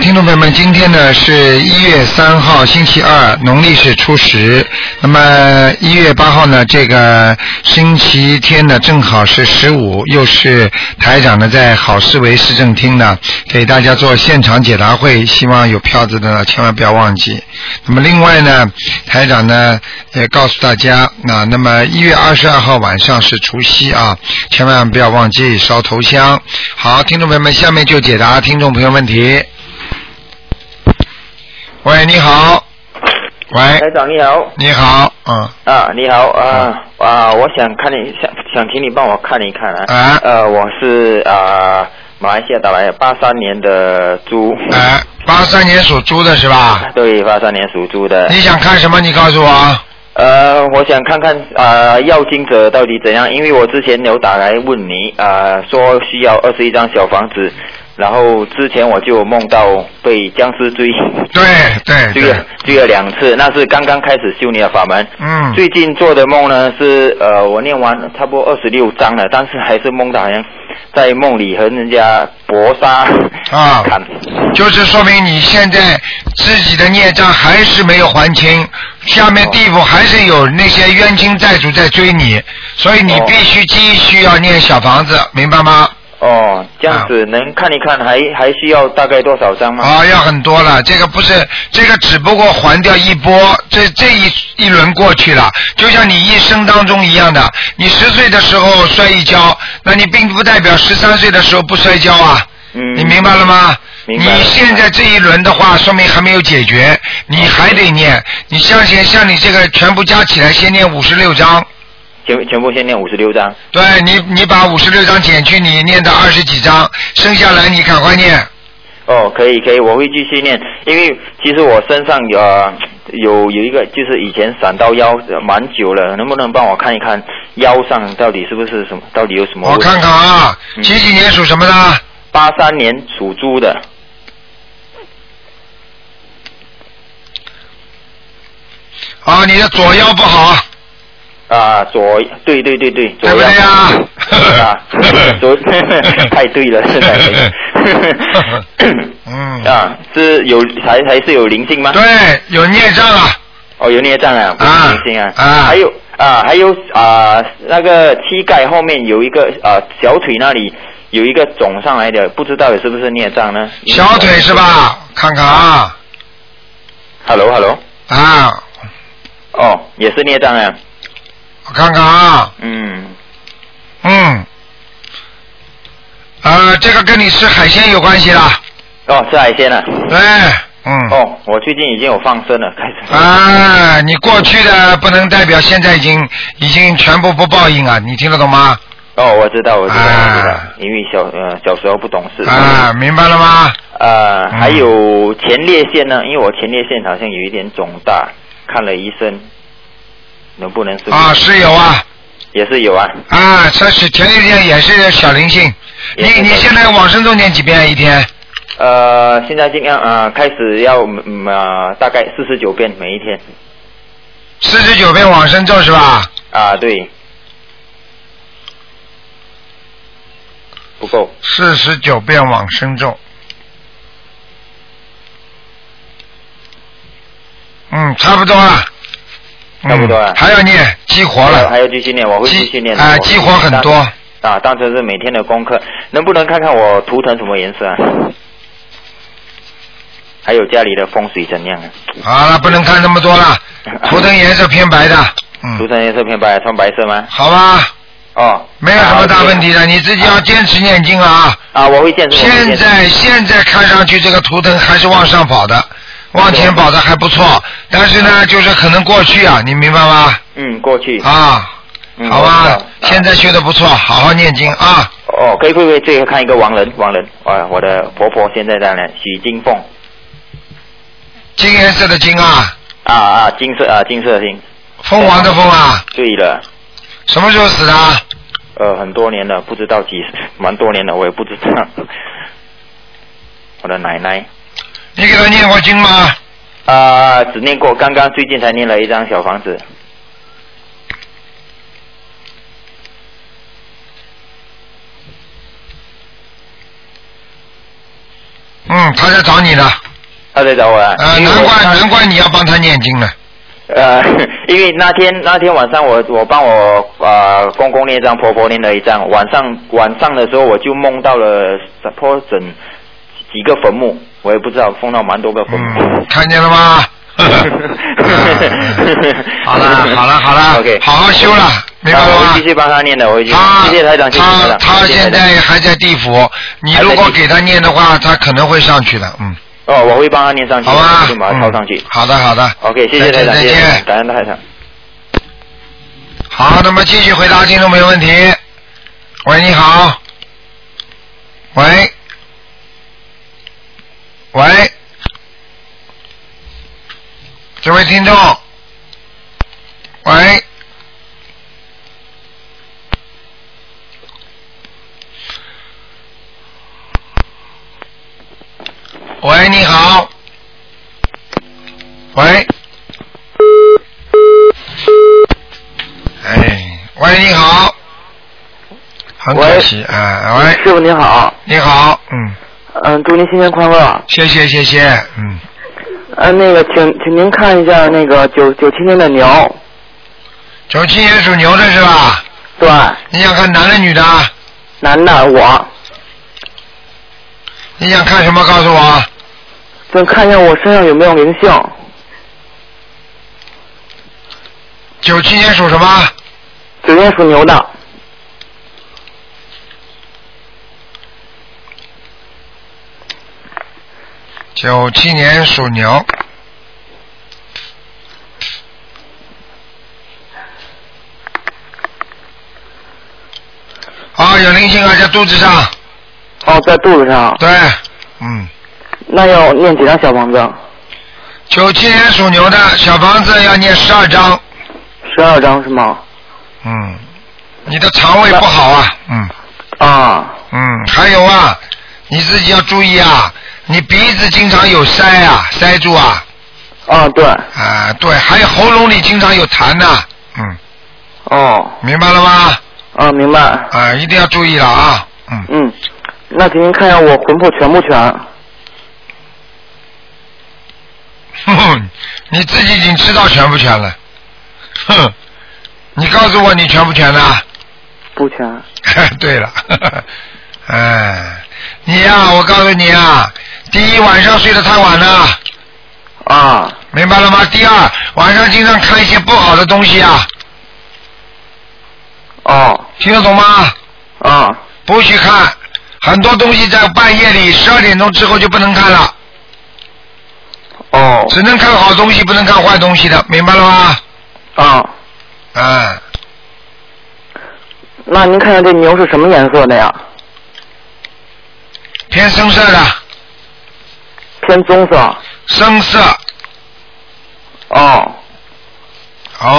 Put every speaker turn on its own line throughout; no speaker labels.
听众朋友们，今天呢是一月三号，星期二，农历是初十。那么一月八号呢，这个星期天呢，正好是十五，又是台长呢在好市委市政厅呢给大家做现场解答会，希望有票子的呢千万不要忘记。那么另外呢，台长呢也告诉大家，那那么一月二十二号晚上是除夕啊，千万不要忘记烧头香。好，听众朋友们，下面就解答听众朋友问题。喂，你好。喂，
台长你好
你好，嗯，
啊，你好啊啊，我想看你想想请你帮我看一看啊，
啊
呃，我是啊马来西亚打来八三年的猪，
哎，八三年属猪的是吧？
对，八三年属猪的，
你想看什么？你告诉我。
呃，我想看看啊、要经者到底怎样，因为我之前有打来问你啊、说需要二十一张小房子，然后之前我就有梦到被僵尸追。
对哎对
追了
对，
追了两次，那是刚刚开始修你的法门。
嗯，
最近做的梦呢是呃，我念完差不多二十六章了，但是还是梦到好像在梦里和人家搏杀
啊
砍。
就是说明你现在自己的孽障还是没有还清，下面地府还是有那些冤亲债主在追你，所以你
哦
必须继续要念小房子，明白吗？啊
哦，这样子能看一看还还需要大概多少张吗？
啊，要很多了，这个不是，这个只不过还掉一波，这这一一轮过去了，就像你一生当中一样的，你十岁的时候摔一跤，那你并不代表十三岁的时候不摔跤啊，
嗯，
你明白了？吗？
明白了
你现在这一轮的话，说明还没有解决，你还得念，你像现像你这个全部加起来，先念五十六章，
全全部先念五十六张。
对你你把五十六章减去你念的二十几章，剩下来你赶快念，
哦，可以可以，我会继续念，因为其实我身上有、呃、有有一个就是以前闪到腰呃蛮久了，能不能帮我看一看腰上到底是不是什么，到底有什么
我
问题？
看看啊，
嗯
几几年属什么的？
八三年属猪的，
啊，你的左腰不好，
啊，左，对对对对，左
对不
腰
对呀
啊，左， 太对了，是太对了
嗯，
啊，是有还还是有灵性吗？
对，有孽障啊，
哦，有孽障啊，不
啊
是灵性啊，
啊
还有啊，还有啊，那个膝盖后面有一个啊，小腿那里有一个肿上来的，不知道是不是孽障呢？
小腿是吧？看看啊，
？Hello Hello，
啊，
哦，也是孽障啊，
我看看啊，
嗯，
嗯，呃，这个跟你吃海鲜有关系啦，
哦，吃海鲜啊，
哎，嗯，
哦，我最近已经有放生了，开始。
啊，你过去的不能代表现在已经已经全部不报应啊，你听得懂吗？
哦，我知道，我知道，
啊
我知道，因为小呃小时候不懂事。
啊，明白了吗？
呃，
嗯
还有前列腺呢，因为我前列腺好像有一点肿大，看了医生，能不能是？
啊，是有啊，
也是有啊。
啊，这是前一天也是小灵性。你
也是小灵
你
性
现在往生咒念几遍啊一天？
呃，现在尽量啊、呃，开始要嗯呃，大概四十九遍每一天
四十九遍往生咒是吧？
啊、对，不够
四十九遍往生咒。嗯，差不多了。嗯
差不多了
还要念激活
还有还
了。
要继续念，我会继续念的
啊，
我
激活很多。
啊，当成是每天的功课。能不能看看我图腾什么颜色啊？还有家里的风水怎样啊？
好了，不能看那么 多了。图腾颜色偏白的。
图
嗯，
腾颜色偏白，穿白色吗？
好吧，
哦，
没有什么大问题
啊
的，你自己要坚持念经啊。
啊，我会见识。我会
现
见识
在现在看上去这个图腾还是往上跑的，往前跑的还不错，但是呢，就是可能过去啊，你明白吗？
嗯，过去。
啊，
嗯
好
我知
吧
道，
现在学的不错，好好念经啊。
哦，可以可以可以，这个看一个亡人，亡人啊，我的婆婆现在在哪？许金凤
金颜色的金啊，
啊啊，金色啊，金色的金。
凤凰的凤啊，
对了，
什么时候死的啊？
呃，很多年了，不知道几， 蛮多年了，我也不知道。 我的奶奶
你给他念过经吗？
啊，只念过，刚刚最近才念了一张小房子。
嗯，他在找你呢，
他在找我啊。
呃，
因为
难
我
怪难怪你要帮他念经呢。
呃， 因为那天那天晚上我我帮我啊、呃、公公念一张，婆婆念了一张。晚上晚上的时候我就梦到了坡整几个坟墓，我也不知道梦到蛮多个坟墓。
嗯，看见了 吗？好了好了好了
OK
好好修了，明白
啊
了
我
吗
会继？续帮他念的，我会继续。
他
谢谢台长，谢谢台
他
长。
他
谢谢
现
台长
在还在地府，你如果给他念的话，他可能会上去的，嗯，
哦，我会帮他念上去，
好吧
我就把它抄上去。
嗯好的好的
OK，谢谢台长，
再
谢
见
谢
再
台长，
见
感恩台长。
好，那么继续回答听众朋友问题。喂，你好。喂。喂。这位听众。喂。喂，你好。喂。哎，喂，你好。很可惜啊，喂。
师傅您好，
你好，嗯，
嗯，祝您新年快乐。
谢谢谢谢，嗯，
嗯，那个，请请您看一下那个九九七年的牛，
九七年属牛的是吧？
对，
你想看男的女的？
男的，我，
你想看什么？告诉我。
就看一下我身上有没有灵性。
九七年属什么？
九年属牛的，
九七年属牛。啊、有灵性啊，在肚子上。
哦，在肚子上，
对，嗯，
那要念几张小房子？
九七年属牛的小房子要念十二章。
十二张是吗？
嗯，你的肠胃不好啊，嗯。
啊，
嗯，还有啊，你自己要注意啊，你鼻子经常有塞啊，塞住啊，
啊，对，
啊，对，还有喉咙里经常有痰呐、嗯，
哦，
明白了吗？
啊，明白。
啊，一定要注意了啊，嗯，
嗯，那请您看一下我魂魄全不全？
哼哼，你自己已经知道全不全了，哼，你告诉我你全不全呢、
不全。
对了，哎，你呀、我告诉你啊，第一晚上睡得太晚了，
啊，
明白了吗？第二晚上经常看一些不好的东西啊。
哦，
听得懂吗？
啊，
不许看，很多东西在半夜里十二点钟之后就不能看了，
哦，
只能看好东西，不能看坏东西的，明白了吗？
啊，
嗯，
那您看一下这牛是什么颜色的呀？
偏深色的，
偏棕色。
深色，
哦，
好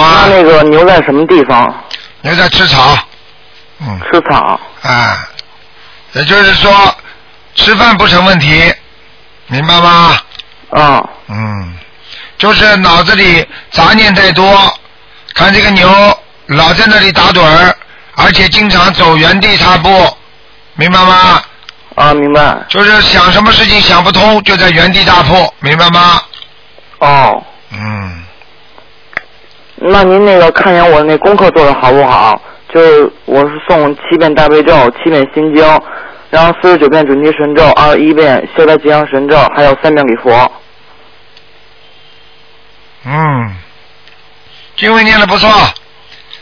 那
啊。
那个牛在什么地方？
牛在吃草，嗯
吃草。
啊，也就是说，吃饭不成问题，明白吗？
啊，
嗯，就是脑子里杂念太多，看这个牛老在那里打盹儿，而且经常走原地踏步，明白吗？
啊，明白。
就是想什么事情想不通，就在原地踏步，明白吗？
哦，
嗯，
那您那个看一下我那功课做的好不好？就是我是送七遍大悲咒，七遍心经，然后四十九遍准提神咒，二十一遍消灾吉祥神咒，还有三遍礼佛。
嗯，经文念的不错，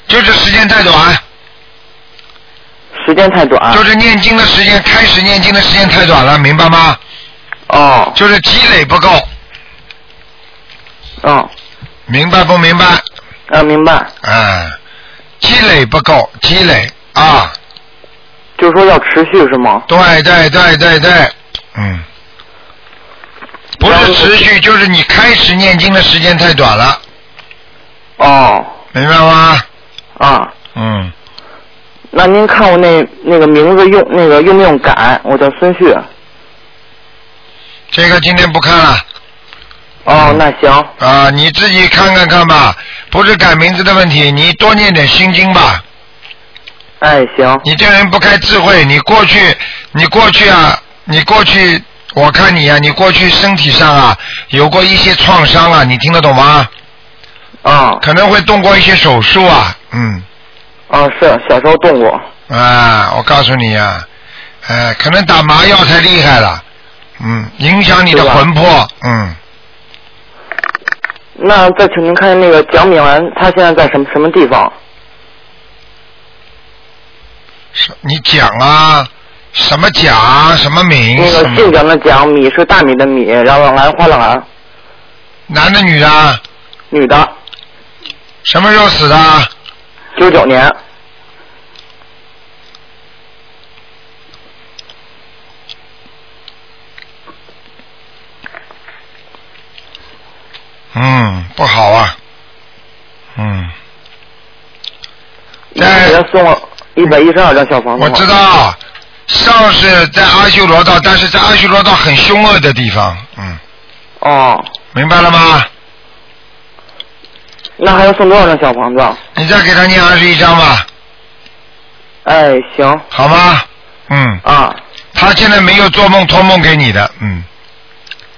就是时间太短，
时间太短。
就是念经的时间开始念经的时间太短了，明白吗？
哦，
就是积累不够，
嗯，
明白不明白？
啊，明白。
啊，积累不够，积累啊。
就是说要持续是吗？
对对对对对，嗯，不是持续，就是你开始念经的时间太短了，
哦，
明白吗？
啊，
嗯，
那您看我那那个名字用那个用不用改？我叫孙旭。
这个今天不看了
哦，那行。
啊、你自己看看看吧，不是改名字的问题，你多念点心经吧。
哎，行。
你这人不开智慧，你过去，你过去啊，你过去我看你呀、你过去身体上啊有过一些创伤啊，你听得懂吗？
啊
可能会动过一些手术啊，嗯，
啊，是小时候动过。
啊，我告诉你呀、哎、可能打麻药太厉害了，嗯，影响你的
是吧
魂魄，嗯，
那再请您看那个蒋敏兰，她现在在什么什么地方？
是你讲啊，什么甲什么敏，
那
什
个姓
么
蒋的蒋，米嗯是大米的米，然后兰花的兰，
男的女的啊，
女的，
什么时候死的啊？
九九年。
嗯，不好啊，嗯，
一人送了一百一十二张小房子。
我知。道，上是在阿修罗道，但是在阿修罗道很凶恶的地方，嗯，
哦，
明白了吗？
那还要送多少张小房子？啊
你再给他念二十一章吧，
哎，行
好吗？嗯，
啊
他现在没有做梦托梦给你的，嗯，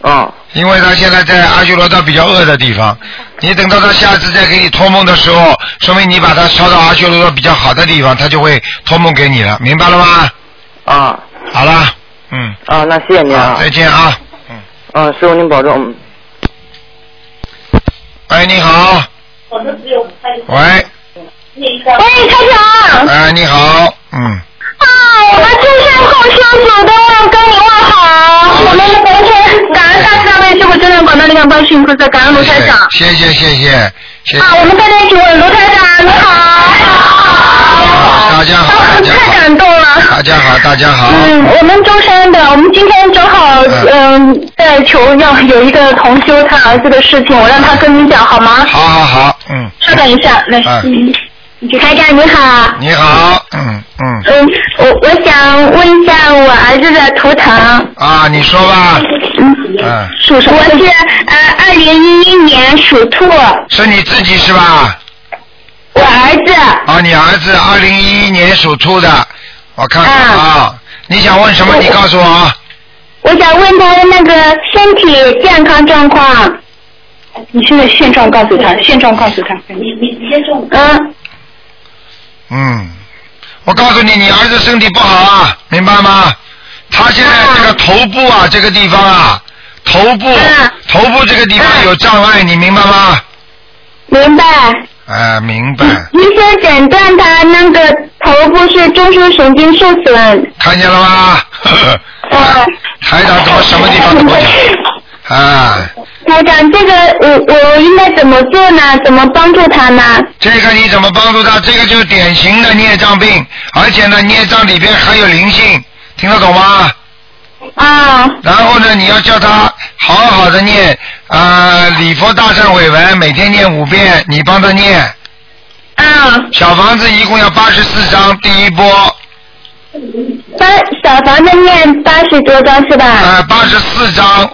啊
因为他现在在阿修罗道比较恶的地方，你等到他下次再给你托梦的时候，说明你把他烧到阿修罗道比较好的地方，他就会托梦给你了，明白了吗？
啊
好了，嗯，
啊！那谢谢您
好，
啊
再，见啊，嗯，
嗯、师傅您保重。嗯
哎，你好，喂，
喂，啊台长，
哎，你好，嗯。
啊，我们这是共修组的，我要跟你问好。我们昨天感恩大慈大悲救苦救难广大灵感观世音菩萨，感恩卢台长。
谢谢谢谢谢谢。
啊，我们大家一起问卢台长，你好。
大家好
啊
大家好
太感动了。
大家好，大家好。
嗯，我们舟山的，我们今天正好
嗯
嗯在求要有一个同修他儿子的事情，我让他跟你讲好吗？
好好好，嗯，
稍等一下，来，
嗯
嗯，台长你好。
你好，嗯嗯，
嗯，我我想问一下我儿子的图腾，
啊，你说吧，
嗯，
嗯，
属什么？我是呃，二零一一年属兔，我
是你自己是吧？
儿子
啊，你儿子二零一一年属兔的，我看看啊，你想问什么？你告诉我啊。
我想问他那个身体健康状况。你现在现状告诉他，现状告诉他。你你现状。嗯，
嗯，我告诉你，你儿子身体不好啊，明白吗？他现在这个头部啊，这个地方啊，头部
嗯，
头部这个地方
嗯
有障碍，你明白吗？
明白。
啊，明白。
医生诊断他那个头部是中枢神经受损。
看见了吗？
呃，
台长到什么地方都不讲啊！
台长，这个我我应该怎么做呢？怎么帮助他呢？
这个你怎么帮助他？这个就是典型的孽障病，而且呢，孽障里边还有灵性，听得懂吗？
啊
然后呢，你要叫他好好的念啊、呃礼佛大忏悔文，每天念五遍，你帮他念。
啊，
小房子一共要八十四章，第一波
八小房子念八十多张是吧？
啊，八十四章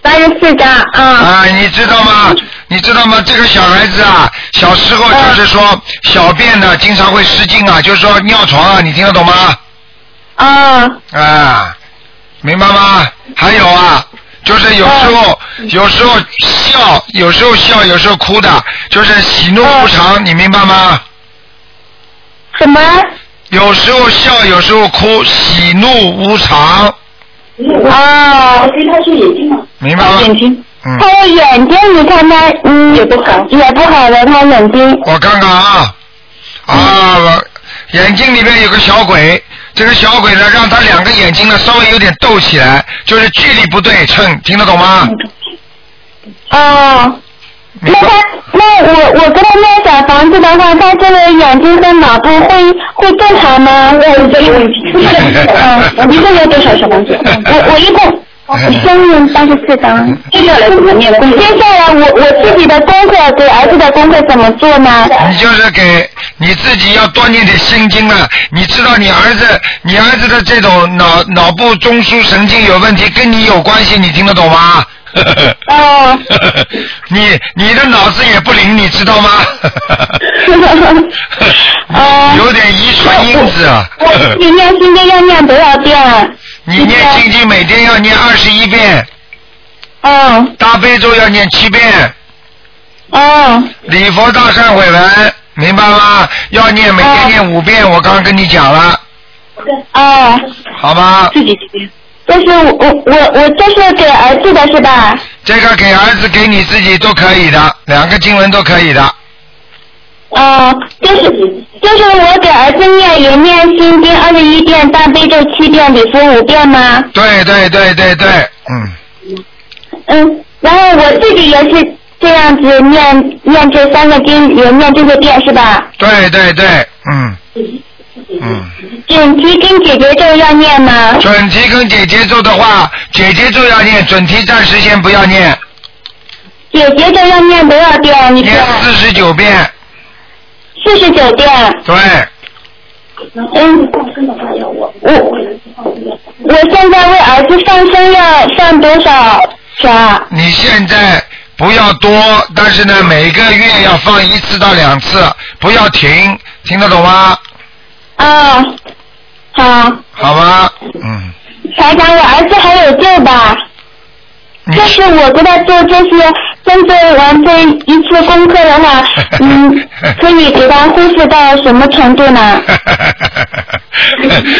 八十四张啊。
啊，你知道吗？你知道吗？这个小孩子啊，小时候
嗯
就是说小便呢，经常会失禁啊，就是说尿床啊，你听得懂吗？
啊
啊，明白吗？还有啊，就是有时候
嗯
有时候笑，有时候笑，有时候哭的，就是喜怒无常，你明白吗？
嗯什么？
有时候笑，有时候哭，喜怒无常，
啊，
明白吗？嗯，
他的眼睛，你看他，嗯，也不好，也不好了，他眼睛。
我看看啊，啊，我眼睛里面有个小鬼，这个小鬼呢，让他两个眼睛呢稍微有点斗起来，就是距离不对称，听得懂吗？
啊，
嗯明
那
白
他，那我我跟他念小房子的话，他这个眼睛和脑部会会正常吗？我这个问题。嗯，一共要多少小房子？嗯我我一共。我先念八十四章，接下来怎么念？接下来我我自己的功课给儿子的功课怎么做呢？
你就是给你自己要多念点心经啊！你知道你儿子，你儿子的这种脑脑部中枢神经有问题，跟你有关系，你听得懂吗？
哦，
你你的脑子也不灵，你知道 吗？
哦
有点遗传因子啊。
我自己念心经要念多少遍啊？
你念心经每天要念二十一遍，
嗯
大悲咒要念七遍，
嗯
礼佛大忏悔文，明白吗？要念每天
哦
念五遍，我刚刚跟你讲了，
哦，
好吧？
自己就是我我我这是给儿子的是吧？
这个给儿子给你自己都可以的，两个经文都可以的，
哦，就是就是我给儿子念也念心经二十一遍，大悲咒七遍，礼佛五遍吗？
对对对对对，嗯，
嗯，然后我自己也是这样子念念这三个经，也念这些遍是吧？
对对对，嗯嗯。
准提跟姐姐咒要念吗？
准提跟姐姐咒的话，姐姐咒要念，准提暂时先不要念，
姐姐咒要念多少遍？一
念
遍
四十九遍，
四十九遍。
对，
嗯，我我现在为儿子上升要上多少条啊？
你现在不要多，但是呢，每个月要放一次到两次，不要停，听得懂吗？
啊，好，
好吗？嗯，
台长，我儿子还有救吧？
你
就是我给他做这些，针对完这一次功课的话， 嗯，可以给他恢复到什么程 度
啊
呢？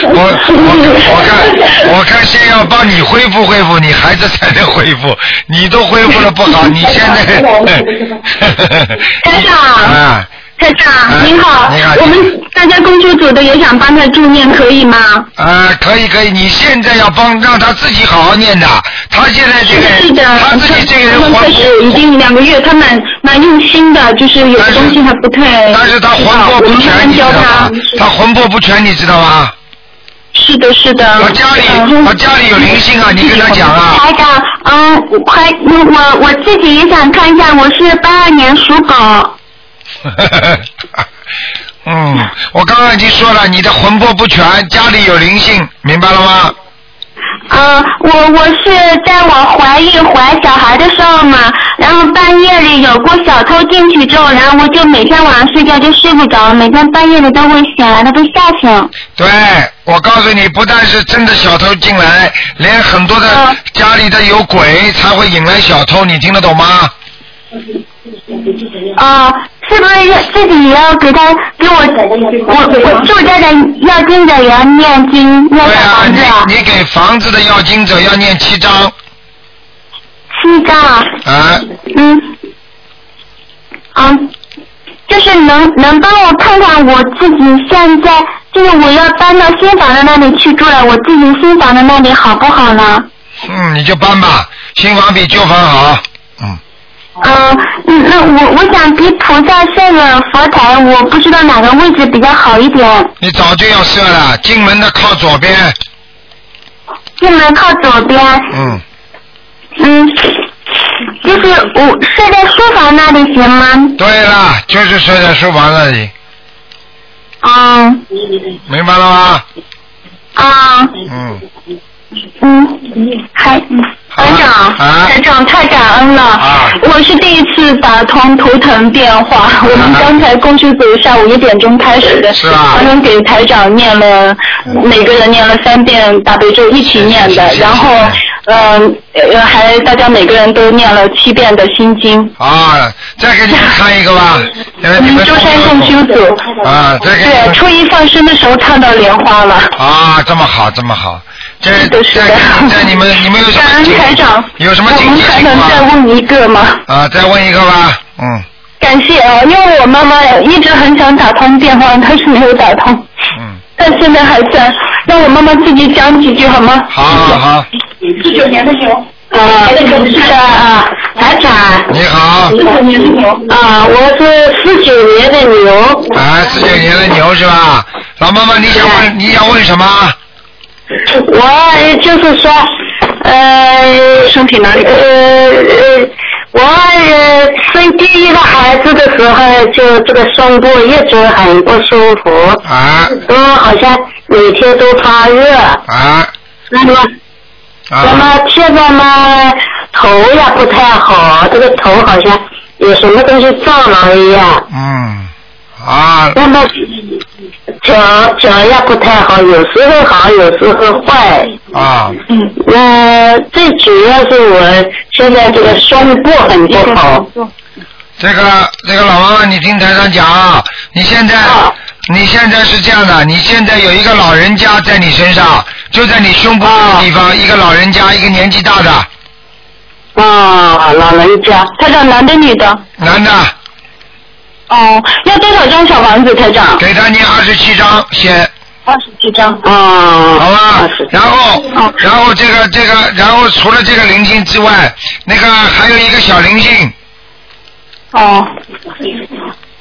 我我我看我看先要帮你恢复恢复，你孩子才能恢复，你都恢复的不好，你现在。
台长
啊，
台
哎
长
您好你好我们
大家工作组的也想帮他助念，可以吗？
啊，可以可以，你现在要帮让他自己好好念的，他现在这个人，他自己这个人
他们
还
确实已经两个月，他蛮蛮用心的，就是有
但
的
是
东西还不太
但是他
知
魂
道
魄
我
不
们慢
全，
慢
你知
教
道
他
吗。？他魂魄不全，你知道吗？
是的，是的。
他家里
然后
他家里有灵性啊，你跟他讲啊。
台长，嗯，我快，我我自己也想看一下，我是八二年属狗。
啊 嗯，我刚刚已经说了，你的魂魄不全，家里有灵性，明白了吗？
呃，我我是在我怀孕怀小孩的时候嘛，然后半夜里有过小偷进去之后，然后我就每天晚上睡觉就睡不着，每天半夜里都会醒来的被吓醒。
对，我告诉你，不但是真的小偷进来，连很多的
嗯
家里的有鬼才会引来小偷，你听得懂吗？
呃，是不是要自己也要给他给我我我住家的要经者也要念经念
对
小
啊，
房子啊
你？你给房子的要经者要念七章
七张啊，
啊，
嗯，嗯，就是能能帮我看看我自己现在，就是我要搬到新房的那里去住了，我自己新房的那里好不好呢？
嗯，你就搬吧，新房比旧房好，嗯，
嗯，嗯那我我想给菩萨设个佛台，我不知道哪个位置比较好一点。
你早就要设了，进门的靠左边，
进门靠左边，
嗯，
嗯，就是我设在书房那里行吗？
对了，就是设在书房那里，
嗯，
明白了吗？
啊、
嗯，
嗯，还，台长，
啊
台长太感恩了、
啊
我是第一次打通图腾电话，我们刚才工作组下午一点钟开始的，
是啊吧
刚刚给台长念了，每个人念了三遍大悲咒，一起念的，
是是是
然后，嗯、呃，还大家每个人都念了七遍的心经。
啊，再给你们看一个 吧，因嗯为你
嗯
们
舟山共修组，
啊，再给你
对，
们
初一放生的时候看到莲花了。
啊，这么好，这么好，这
是
这
的是的
这你们你们有什
感
么
恩
经
台长，
有什么
我
经
们
济
还
情
能再
况？
问一个吗？
啊，再问一个吧，嗯
感谢啊，因为我妈妈一直很想打通电话，但是没有打通，
嗯，
但现在还在。让我妈妈自己讲几句好吗？
好好好，
嗯四九年的牛。啊，是的啊，台长。
你好，
九年的牛。啊，我是四九年的牛，
啊，四九年的牛是吧？老妈妈，你想问你想问什么？
我就是说，呃，身体哪里？呃呃，我呃生第一个孩子的时候，就这个胸部一直很不舒服。
啊
因为好像每天都发热，
啊
那么那
啊！
么现在嘛，头也不太好，这个头好像有什么东西撞了一样。
嗯啊，
那么
脚脚也不太好，有时候好，有时候坏。
啊，
嗯，我最主要是我现在这个胸部很不好。
这个这个老妈妈，你听台上讲啊，你现在、
啊
你现在是这样的，你现在有一个老人家在你身上，就在你胸部的地方，一个老人家，一个年纪大的
啊，老人家，
台长，男的女的？
男的，
哦，要多少张小房子，台长？
给他念二十七章先，
二十七张。
啊，
好吧
二十？
然后
哦
然后这个这个，然后除了这个灵性之外，那个还有一个小灵性，
哦，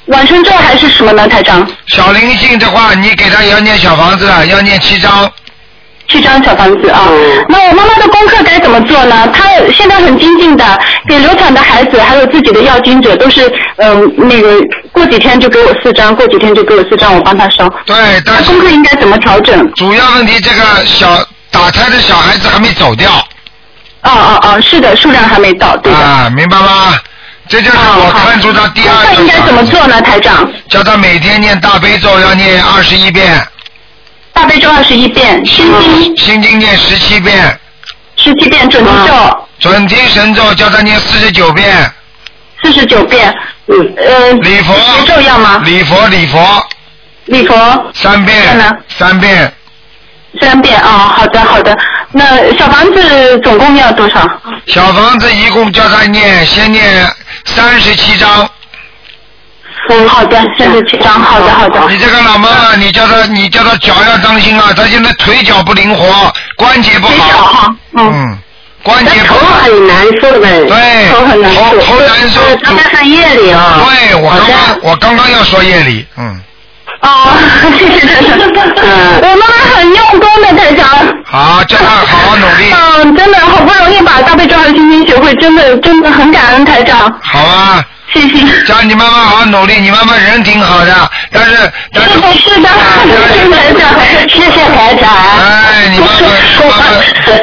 晚生咒还是什么呢，台长？
小灵性的话，你给他也要念小房子，啊要念七章。
七张小房子啊。
嗯
那我妈妈的功课该怎么做呢？她现在很精进的，给流产的孩子还有自己的要经者都是，嗯、那个过几天就给我四张，过几天就给我四张，我帮她烧。
对，
她
但是
功课应该怎么调整？
主要问题这个小打胎的小孩子还没走掉
哦哦哦，是的，数量还没到，对的。哦
啊，明白吗？这就是我看出他第二
那
个。
应该怎么做？呢，台长？
叫他每天念大悲咒，要念二十一遍，
大悲咒二十一遍，心经
心经念十七遍，啊
十七遍，准提咒
准提神咒叫他念四十九遍，
四十九遍，
嗯，
呃，
礼佛
节咒要吗？
礼佛礼佛
礼佛
三
看呢
遍，三遍，
三遍啊、好的好的。那呃小房子总共要多少？
小房子一共叫他念，先念三十七章。
嗯，好的，三十七张，好的好的。
你这个老妈妈，你叫她，你叫她脚要当心啊，她现在腿脚不灵活，关节不
腿脚
好。
哈，嗯，
嗯，关节
那
不
头
好。
很难受的。
对，
头很难受
头头难受。
呃刚刚上夜里啊。
对，我刚
好
刚
的
我刚刚要说夜里，嗯，
哦，谢谢台长。
嗯
我妈妈很用功的台长。
好，叫她 好好努力，
嗯，真的好不容易把大悲咒和心经学会，真的真的很感恩台长，
好啊，
谢谢。
叫你妈妈好好努力，你妈妈人挺好的，但是但是啊
是，的，是的，是的，台长，谢谢台长。
哎，你妈妈妈妈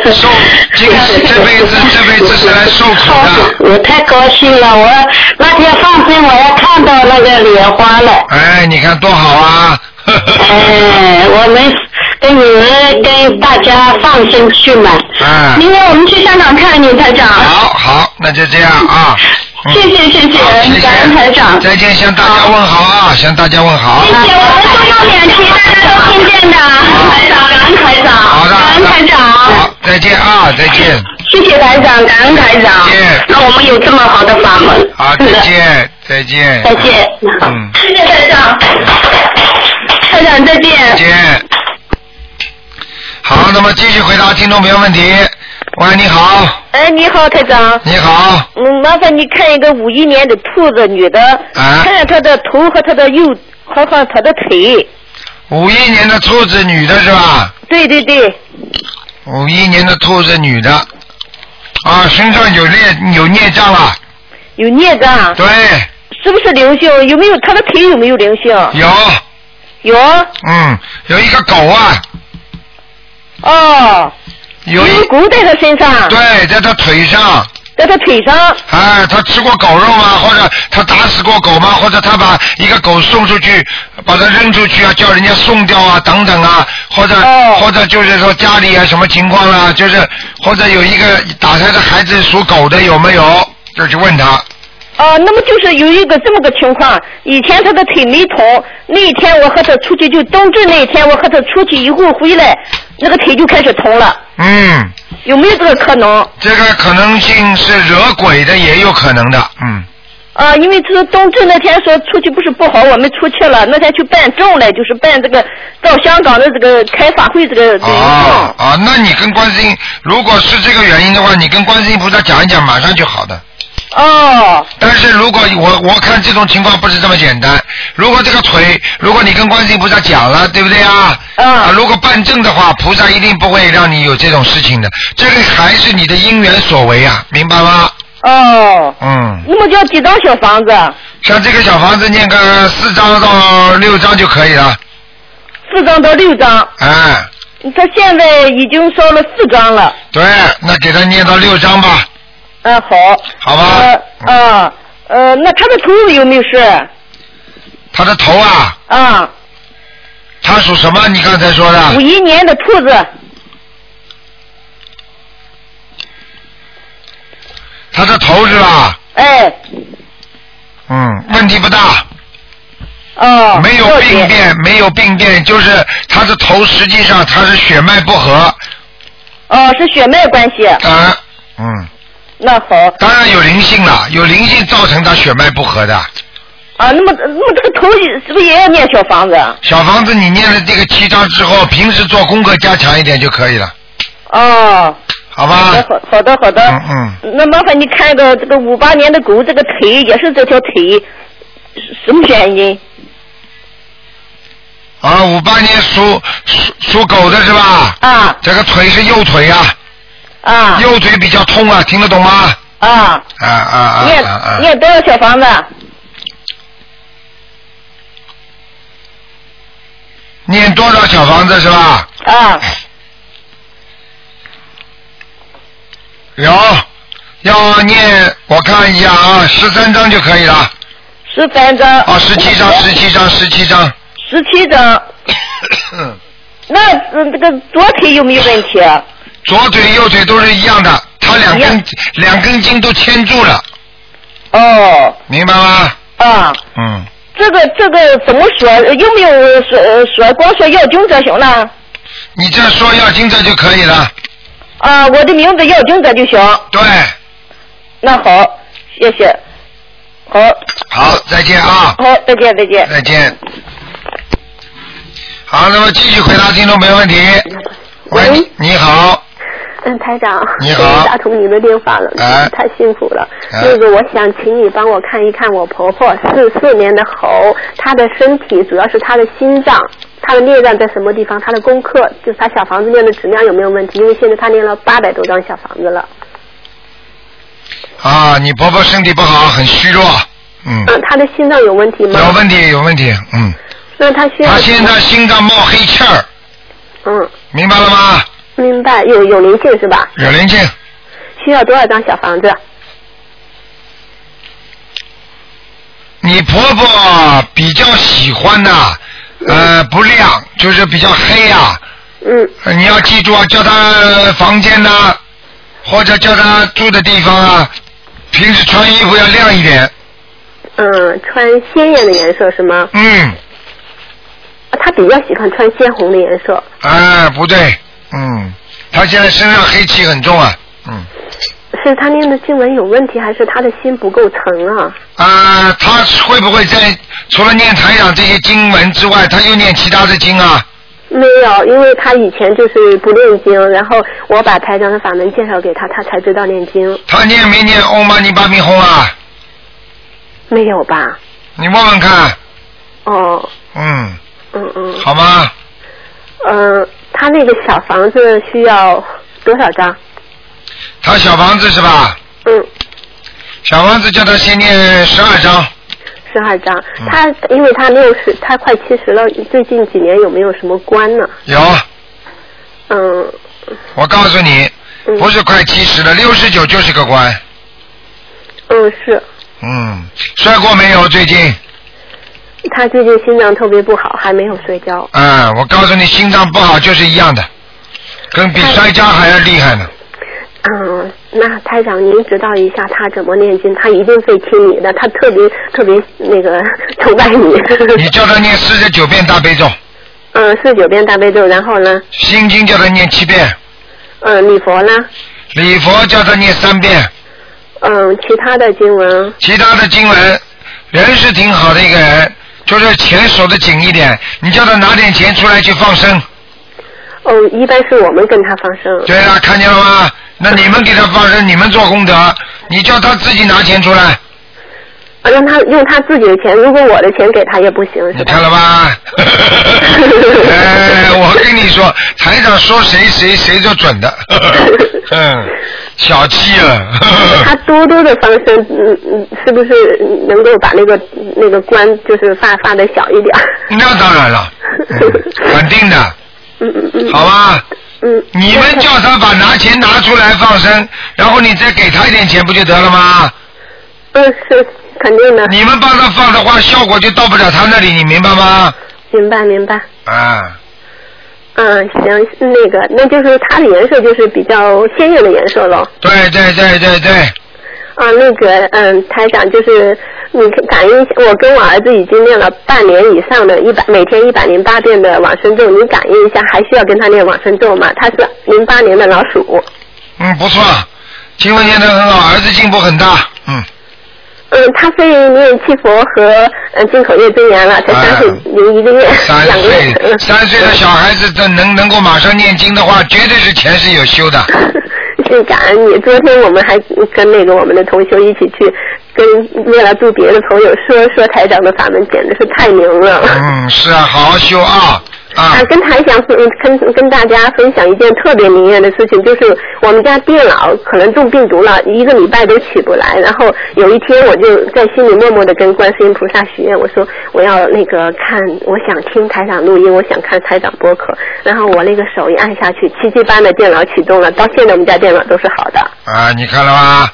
受，这个这辈子这辈子是来受 苦的，
哎
哎
我太高兴了，我那天放生我也看到那个莲花了。
哎，你看多好啊，呵呵
哎，我们
哎
跟你们跟大家放生去嘛。
哎，
明天我们去香港看你，台长。
好 好，那就这样啊，嗯
谢谢谢
好谢
谢，
谢
感恩台长。
再见，向大家问好啊，向大家问好。
谢谢，我们都用脸皮，大家都听见的。台长，感恩台长，
好的，
感
好
恩
的
台
好
长，，
再见啊，再见，
谢谢台长，感恩台长
再见
啊那我们有这么好的法门
好，再见，再见，
再见。
嗯
谢谢台长，台长再
再见。好，那么继续回答听众朋友问题。喂，你好，
哎，你好，台长。
你好，
嗯，麻烦你看一个五一年的兔子女的，
啊
看看她的头和她的右，和和她的腿。
五一年的兔子女的是吧？
对对对，
五一年的兔子女的，啊，身上有孽有孽障啊了，
有孽障，
对，
是不是灵性？有没有她的腿有没有灵性？
有，
有。
嗯，有一个狗啊，
哦，
有一
个狗在她身上，
对，在他腿上，
在她腿上。
哎，他吃过狗肉吗？或者他打死过狗吗？或者他把一个狗送出去，把它扔出去啊，叫人家送掉啊，等等啊，或者、
哦
或者就是说家里啊什么情况啦、就是或者有一个打胎的孩子属狗的有没有？就去问他，
哦，那么就是有一个这么个情况，以前她的腿没疼，那天我和她出去就冬至那天我和她出去以后回来，那个腿就开始疼了，
嗯，
有没有这个可能？
这个可能性是惹鬼的，也有可能的，嗯，
啊，因为是冬至那天说出去不是不好，我们出去了，那天去办证了，就是办这个到香港的这个开法会这个这个
啊
证。
啊，那你跟观世音，如果是这个原因的话，你跟观世音菩萨讲一讲，马上就好的。
哦，
但是如果我我看这种情况不是这么简单。如果这个腿，如果你跟观世音菩萨讲了，对不对啊？
嗯
啊，如果办证的话，菩萨一定不会让你有这种事情的。这个还是你的因缘所为啊，明白吗？
哦，
嗯，
那么就要几张小房子？
像这个小房子念个四张到六张就可以了。
四张到六张，
哎，
他现在已经烧了四张了。
对，那给他念到六张吧，
嗯，好。
好吧？
呃
嗯
啊呃，那他的头有没有事？
他的头啊，
啊，
他属什么？你刚才说
五
的
一年的兔子，
他的头是吧？
哎，
嗯，问题不大，
哦，
没有
了解
病变，没有病变，就是他的头实际上他是血脉不和啊、
哦，是血脉关系。
嗯，
那好，
当然有灵性了，有灵性造成他血脉不和的。
啊，那么那么这个头是不是也要念小房子啊？
小房子，你念了这个七章之后，平时做功课加强一点就可以了，
哦，
好
好
吧？
的好好的好的。
嗯嗯。
那麻烦你看个这个五八年的狗，这个腿也是这条腿，是什么原因？
啊，五八年属属属狗的是吧？
啊
这个腿是右腿啊，
啊
右腿比较痛啊，听得懂吗？
啊！
啊啊啊
念
啊啊！
念多少小房子？
念多少小房子是吧？
啊
有，要念，我看一下啊，十三章就可以了。
十三张。
啊，十七章，十七章，十七章。
十七张。那、嗯这个左腿有没有问题啊？
左腿、右腿都是一样的，他两
一
根
样
两根筋都牵住了，
哦
明白吗？
啊，
嗯，
这个这个怎么说？有没有说呃说光说要经者行了？
你这说要经这就可以了。
啊，我的名字要经者就行。
对，
那好，谢谢。好，
好，再见啊。
好，再见，再见。
再见。好，那么继续回答听众没问题。
喂，
喂你你好，
嗯，台长，
你好
我打通您的电话了，
哎
太幸福了。
哎
那个，我想请你帮我看一看我婆婆四四年的猴，她的身体主要是她的心脏，她的孽障在什么地方？她的功课就是她小房子念的质量有没有问题？因为现在她念了八百多张小房子了。
啊，你婆婆身体不好，很虚弱，嗯，
嗯，她的心脏有问题吗？
有问题，有问题，嗯，
那她需要
她现在心脏冒黑气儿，
嗯，
明白了吗？
明白，有有灵性是吧？
有灵性，
需要多少张小房子？
你婆婆比较喜欢呐、呃，不亮，就是比较黑呀、
嗯
呃你要记住啊，叫她房间呐、或者叫她住的地方啊，平时穿衣服要亮一点，
嗯，穿鲜艳的颜色是吗？
嗯。
她比较喜欢穿鲜红的颜色。
哎，不对，嗯，他现在身上黑气很重啊，嗯，
是他念的经文有问题，还是他的心不够诚啊？
啊，他会不会在除了念台长这些经文之外，他又念其他的经啊？
没有，因为他以前就是不念经，然后我把台长的法门介绍给他，他才知道念经。
他念没念嗡嘛呢叭咪吽啊？
没有吧？
你问问看，
哦，
嗯，
嗯嗯，
好吗？
嗯、他那个小房子需要多少张？
他小房子是吧？
嗯，
小房子叫他先念十二章，
十二张。
嗯
他因为他六十，他快七十了，最近几年有没有什么关呢？
有，
嗯
我告诉你，
嗯
不是快七十了，六十九就是个关，
嗯，是
嗯，摔过没有？最近？
他最近心脏特别不好，还没有睡觉。
啊，我告诉你，心脏不好就是一样的，跟比摔跤还要厉害呢。
嗯，那台长您指导一下他怎么念经，他一定会听你的，他特别特别那个 崇拜你。
你叫他念四十九遍大悲咒，
嗯，四十九遍大悲咒，然后呢，
心经叫他念七遍，
嗯，礼佛呢，
礼佛叫他念三遍，
嗯，其他的经文，
其他的经文，人是挺好的一个人，就是钱守的紧一点。你叫他拿点钱出来去放生，
哦，一般是我们跟他放生。
对了，看见了吗？那你们给他放生，你们做功德，你叫他自己拿钱出来，
啊，让他用他自己的钱，如果我的钱给他也不行，是吧？
你看了吧？哎，我跟你说，台长说谁谁谁就准的，嗯，小气了。
他多多的放生，嗯嗯，是不是能够把那个那个关就是发发的小一点儿？
那当然了，嗯肯定的，
嗯嗯嗯，
好吧？
嗯，
你们叫他把拿钱拿出来放生，然后你再给他一点钱不就得了吗？
嗯是肯定的，
你们帮他放的话，效果就到不了他那里，你明白吗？
明白明白，
啊，
嗯，行，那个，那就是它的颜色就是比较鲜艳的颜色喽。
对对对对对，
啊，那个，嗯，台长，就是你感应一下，我跟我儿子已经念了半年以上的一百，每天一百零八遍的往生咒，你感应一下，还需要跟他念往生咒吗？他是零八年的老鼠，
嗯，不错，经文念得很好，儿子进步很大， 嗯，
嗯，他虽然念七佛和嗯进口月真言了，才三岁零一个月，
哎三
两个月嗯
岁，三岁的小孩子，这能能够马上念经的话，绝对是前世有修的，
是感恩你。昨天我们还跟那个我们的同修一起去，跟为了住别的朋友说说台长的法门，简直是太牛了。
嗯，是啊，好好修啊啊
啊，，跟台长分跟跟大家分享一件特别灵验的事情，就是我们家电脑可能中病毒了，一个礼拜都起不来。然后有一天我就在心里默默的跟观世音菩萨许愿，我说我要那个看，我想听台长录音，我想看台长播客。然后我那个手一按下去，奇迹般的电脑启动了，到现在我们家电脑都是好的。
啊，你看了吧？
嗯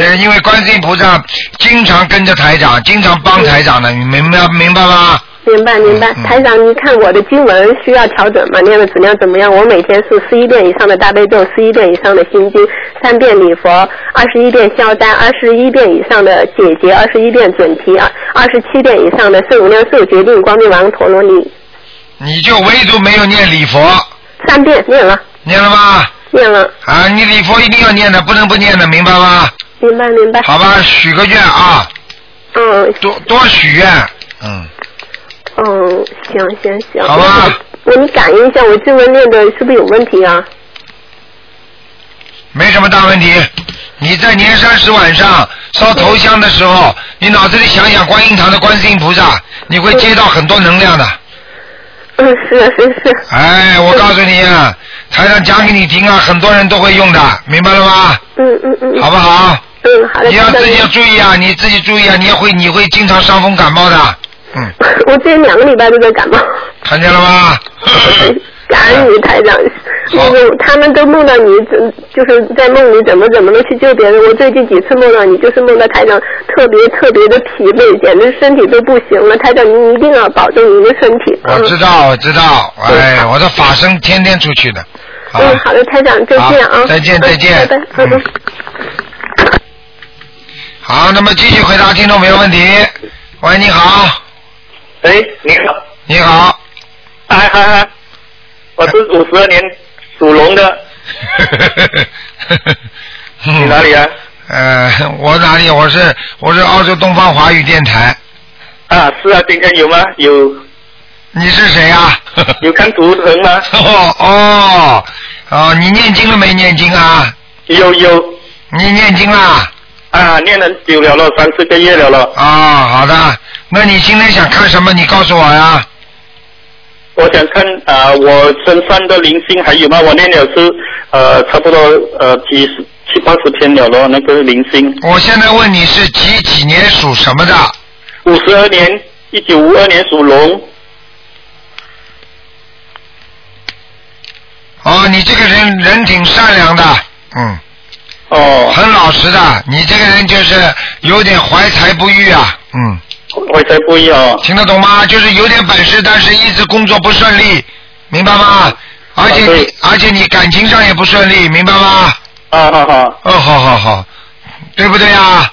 呃，因为观世音菩萨经常跟着台长，经常帮台长的，你明白明白吗？
明白明白
嗯，
台长，您看我的经文需要调整吗？念的质量怎么样？我每天是十一遍以上的大悲咒，十一遍以上的心经，三遍礼佛，二十一遍消灾，二十一遍以上的解结，二十一遍准提，二二十七遍以上的圣无量寿决定光明王陀罗尼，
你就唯独没有念礼佛，
三遍念了
念了吧？
念了，
啊，你礼佛一定要念的，不能不念的，明白吗？
明白明白。
好吧，许个愿啊，
嗯
多多许愿，嗯，
嗯，行行行。
好吧。
我你感应一下，我经文念的是不是有问题啊？
没什么大问题。你在年三十晚上烧头香的时候，你脑子里想想观音堂的观世音菩萨，你会接到很多能量的。
嗯，是是是。
哎，我告诉你啊，台上讲给你听啊，很多人都会用的，明白了吗？
嗯嗯嗯。
好不好？
嗯，好的。
你要
台长
自己要注意啊，你自己注意啊，你也会你会经常伤风感冒的，嗯，
我最近两个礼拜都在感冒。
看见了吗？
感恩你台长，那个他们都梦到你，怎就是在梦里怎么怎么的去救别人。我最近几次梦到你，就是梦到台长特别特别的疲惫，简直身体都不行了。台长，您一定要保重您的身体。
我知道，我知道，哎，我的法身天天出去的，好
嗯。嗯，
吧。
好的，台长，再见啊
好！再见
嗯
再见
拜拜。嗯
嗯
嗯。
好，那么继续回答听众朋友问题。喂，你好，
哎，你好，
你 好，
嗨嗨嗨，我是五十二年属龙的，你
你
哪里啊？
呃，我哪里？我是我是澳洲东方华语电台。
啊，是啊，今天有吗？有
你是谁 呀、
有看图腾吗？
哦哦哦，你念经了没念经啊？
有有
你念经啦？
啊，念了久了咯，三四个月了咯。
啊、好的。那你今天想看什么？你告诉我呀。
我想看啊、我身上的灵性还有吗？我念了是呃，差不多呃几十七八十天了咯，那个灵性。
我现在问你是几几年属什么的？
五十二年，一九五二年属龙，
哦，你这个人人挺善良的，嗯，
哦，
很老实的。你这个人就是有点怀才不遇啊，嗯，
怀才不遇哦。
听得懂吗？就是有点本事，但是一直工作不顺利，明白吗？而且
啊
你
对
而且你感情上也不顺利，明白吗？
啊哈哈
哦，好好好，对不对啊？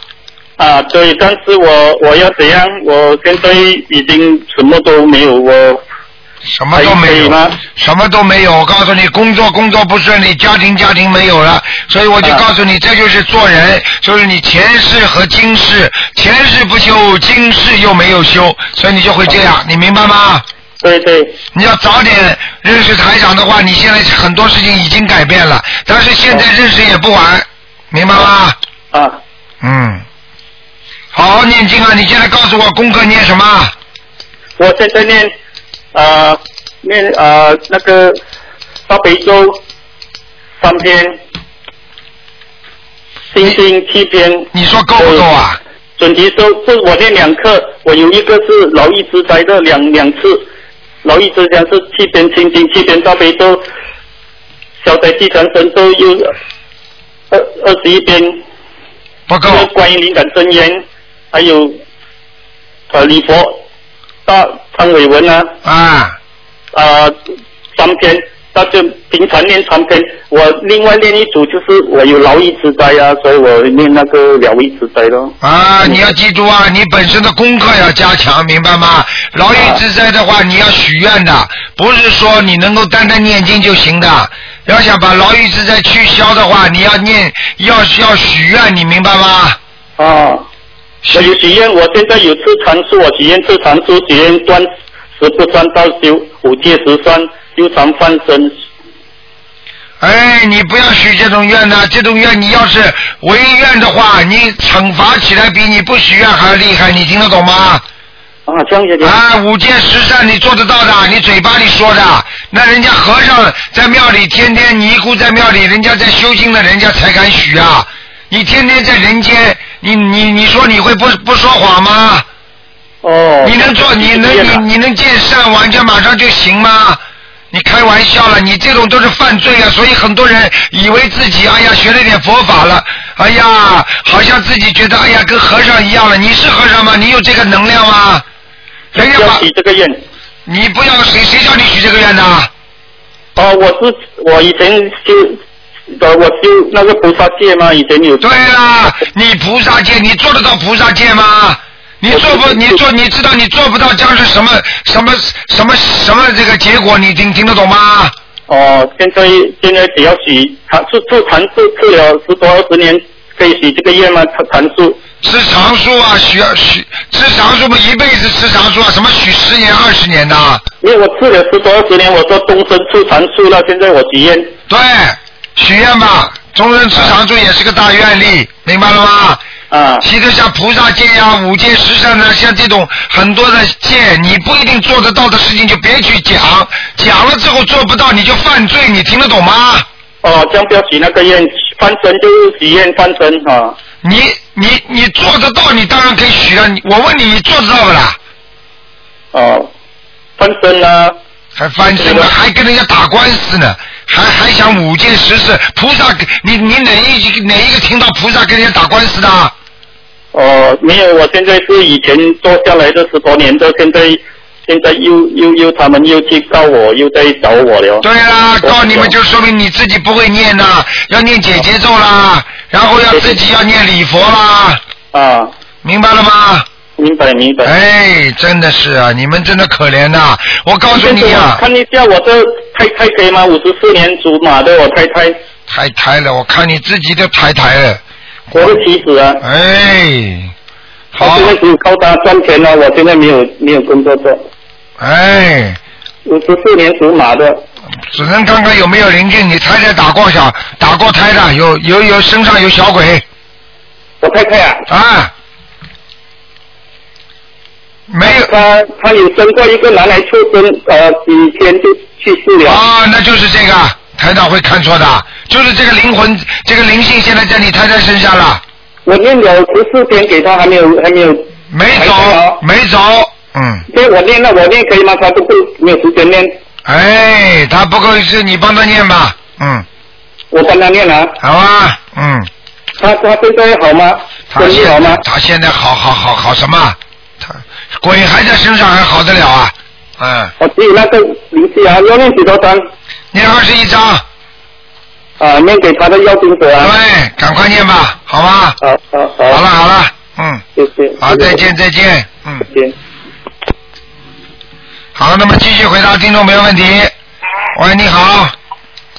啊，对，但是我我要怎样？我现在已经什么都没有，我
什么都没
可以
有
吗，
什么都没有。我告诉你，工作工作不顺利，家庭家庭没有了，所以我就
啊
告诉你，这就是做人，就是你前世和今世，前世不修，今世又没有修，所以你就会这样，你明白吗？
啊对对
你要早点认识台长的话，你现在很多事情已经改变了，但是现在认识也不晚，明白吗？
啊，
嗯，好好念经啊！你现在告诉我功课念什么？
我现在念啊、呃、念啊、呃、那个大悲咒三篇，心经七篇，
你说够不够啊？
准提咒这我念两课，我有一个是劳逸之灾的两两次，劳逸之灾是七篇心经七篇大悲咒，消灾吉祥神咒又二二十一篇。
不够
这。个观音灵感真言，还有呃礼佛大忏悔文啊，
啊，
啊、三篇，那就平常念三篇。我另外念一组就是我有劳逸之灾啊，所以我念那个疗愈之灾咯。
啊，你要记住啊，你本身的功课要加强，明白吗？牢狱之灾的话，你要许愿的，不是说你能够单单念经就行的。要想把牢狱之灾去消的话，你要念，要要许愿，你明白吗？
啊，我有许愿，我现在有吃长素，我许愿吃长素，许愿断十不断道修，五戒十三，修常放生。
哎，你不要许这种愿呐、这种愿你要是违愿的话，你惩罚起来比你不许愿还要厉害，你听得懂吗？
啊，这样子的。
啊，五戒十善你做得到的，你嘴巴里说的，那人家和尚在庙里天天尼姑在庙里，人家在修行的，人家才敢许啊。你天天在人间，你你你说你会不不说谎吗？
哦。
你能做，你能你你能见善完全马上就行吗？你开玩笑了，你这种都是犯罪啊！所以很多人以为自己哎呀学了点佛法了，哎呀，好像自己觉得哎呀跟和尚一样了。你是和尚吗？你有这个能量吗？人家
要
把
许这个愿。
你不要谁谁叫你许这个愿的？
哦，我是我以前修，呃，我修那个菩萨戒嘛，以前有。
对啦，你菩萨戒，你做得到菩萨戒吗？你做不，你做，你知道你做不到将是什么什么什么什么这个结果？你听听得懂吗？
哦，现在现在只要许长是做长素吃了十多二十年，可以许这个愿吗？长长素
吃长素啊，许许吃长素不一辈子吃长素啊，什么许十年二十年的啊？
因为我吃了十多二十年，我说终身吃长素了，现在我许愿。
对，许愿吧，终身吃长素也是个大愿力，明白了吗？
啊
其实像菩萨戒呀、五戒十善呢，像这种很多的戒，你不一定做得到的事情，就别去讲，讲了之后做不到，你就犯罪，你听得懂吗？
哦，这样不要许那个愿，翻身就是许愿翻身哈、啊。
你你你做得到，你当然可以许了。你我问你，你做得到不啦？
哦，翻身啊，
还翻身了，还跟人家打官司呢，还还想五戒十事，菩萨，你你哪一哪一个听到菩萨跟人家打官司的啊？
哦，没有，我现在是以前做下来的十多年的，现在现在又又又他们又去告我，又在找我了。
对啦，告你们就说明你自己不会念呐，要念姐姐咒啦，然后要自己要念礼佛啦，
啊，
明白了吗？
明白明白。
哎，真的是啊，你们真的可怜呐、我告诉你啊，
看一下我这太太可以吗？五十四年属马的我太太，
抬抬了，我看你自己都抬抬了，
我是妻子啊，
哎，好
我，现在只有靠她赚钱了，我现在没有没有工作做。
哎，
五十四年属马的，
只能看看有没有邻居，你太太打过小打过胎的，有有有身上有小鬼
我太太啊，
啊，没有
她她有生过一个男孩出生，呃，几天就去世了。
啊，那就是这个台长会看错的，就是这个灵魂这个灵性现在在你太太身上了，
我念了十四天给她，还没有还没有，
没
台
走
长
没走，嗯。
所以我念了我念可以吗？她都不没有时间念，
哎，他不够是你帮他念吧？嗯，
我帮她念啊。
好啊，嗯，
她她现在好吗？
他
生意好
现
吗
在？他现在好好好好什么？他鬼还在身上还好得了啊？嗯，
我只有哦那个灵气啊，要念几多张？
念二十一章，
啊，念给他的要经者啊。
对，赶快念吧，好吗？
好好好，
好了，好了，嗯，
谢谢。
好，再见再见，嗯，
再见。
好，那么继续回答听众朋友问题。喂，你好，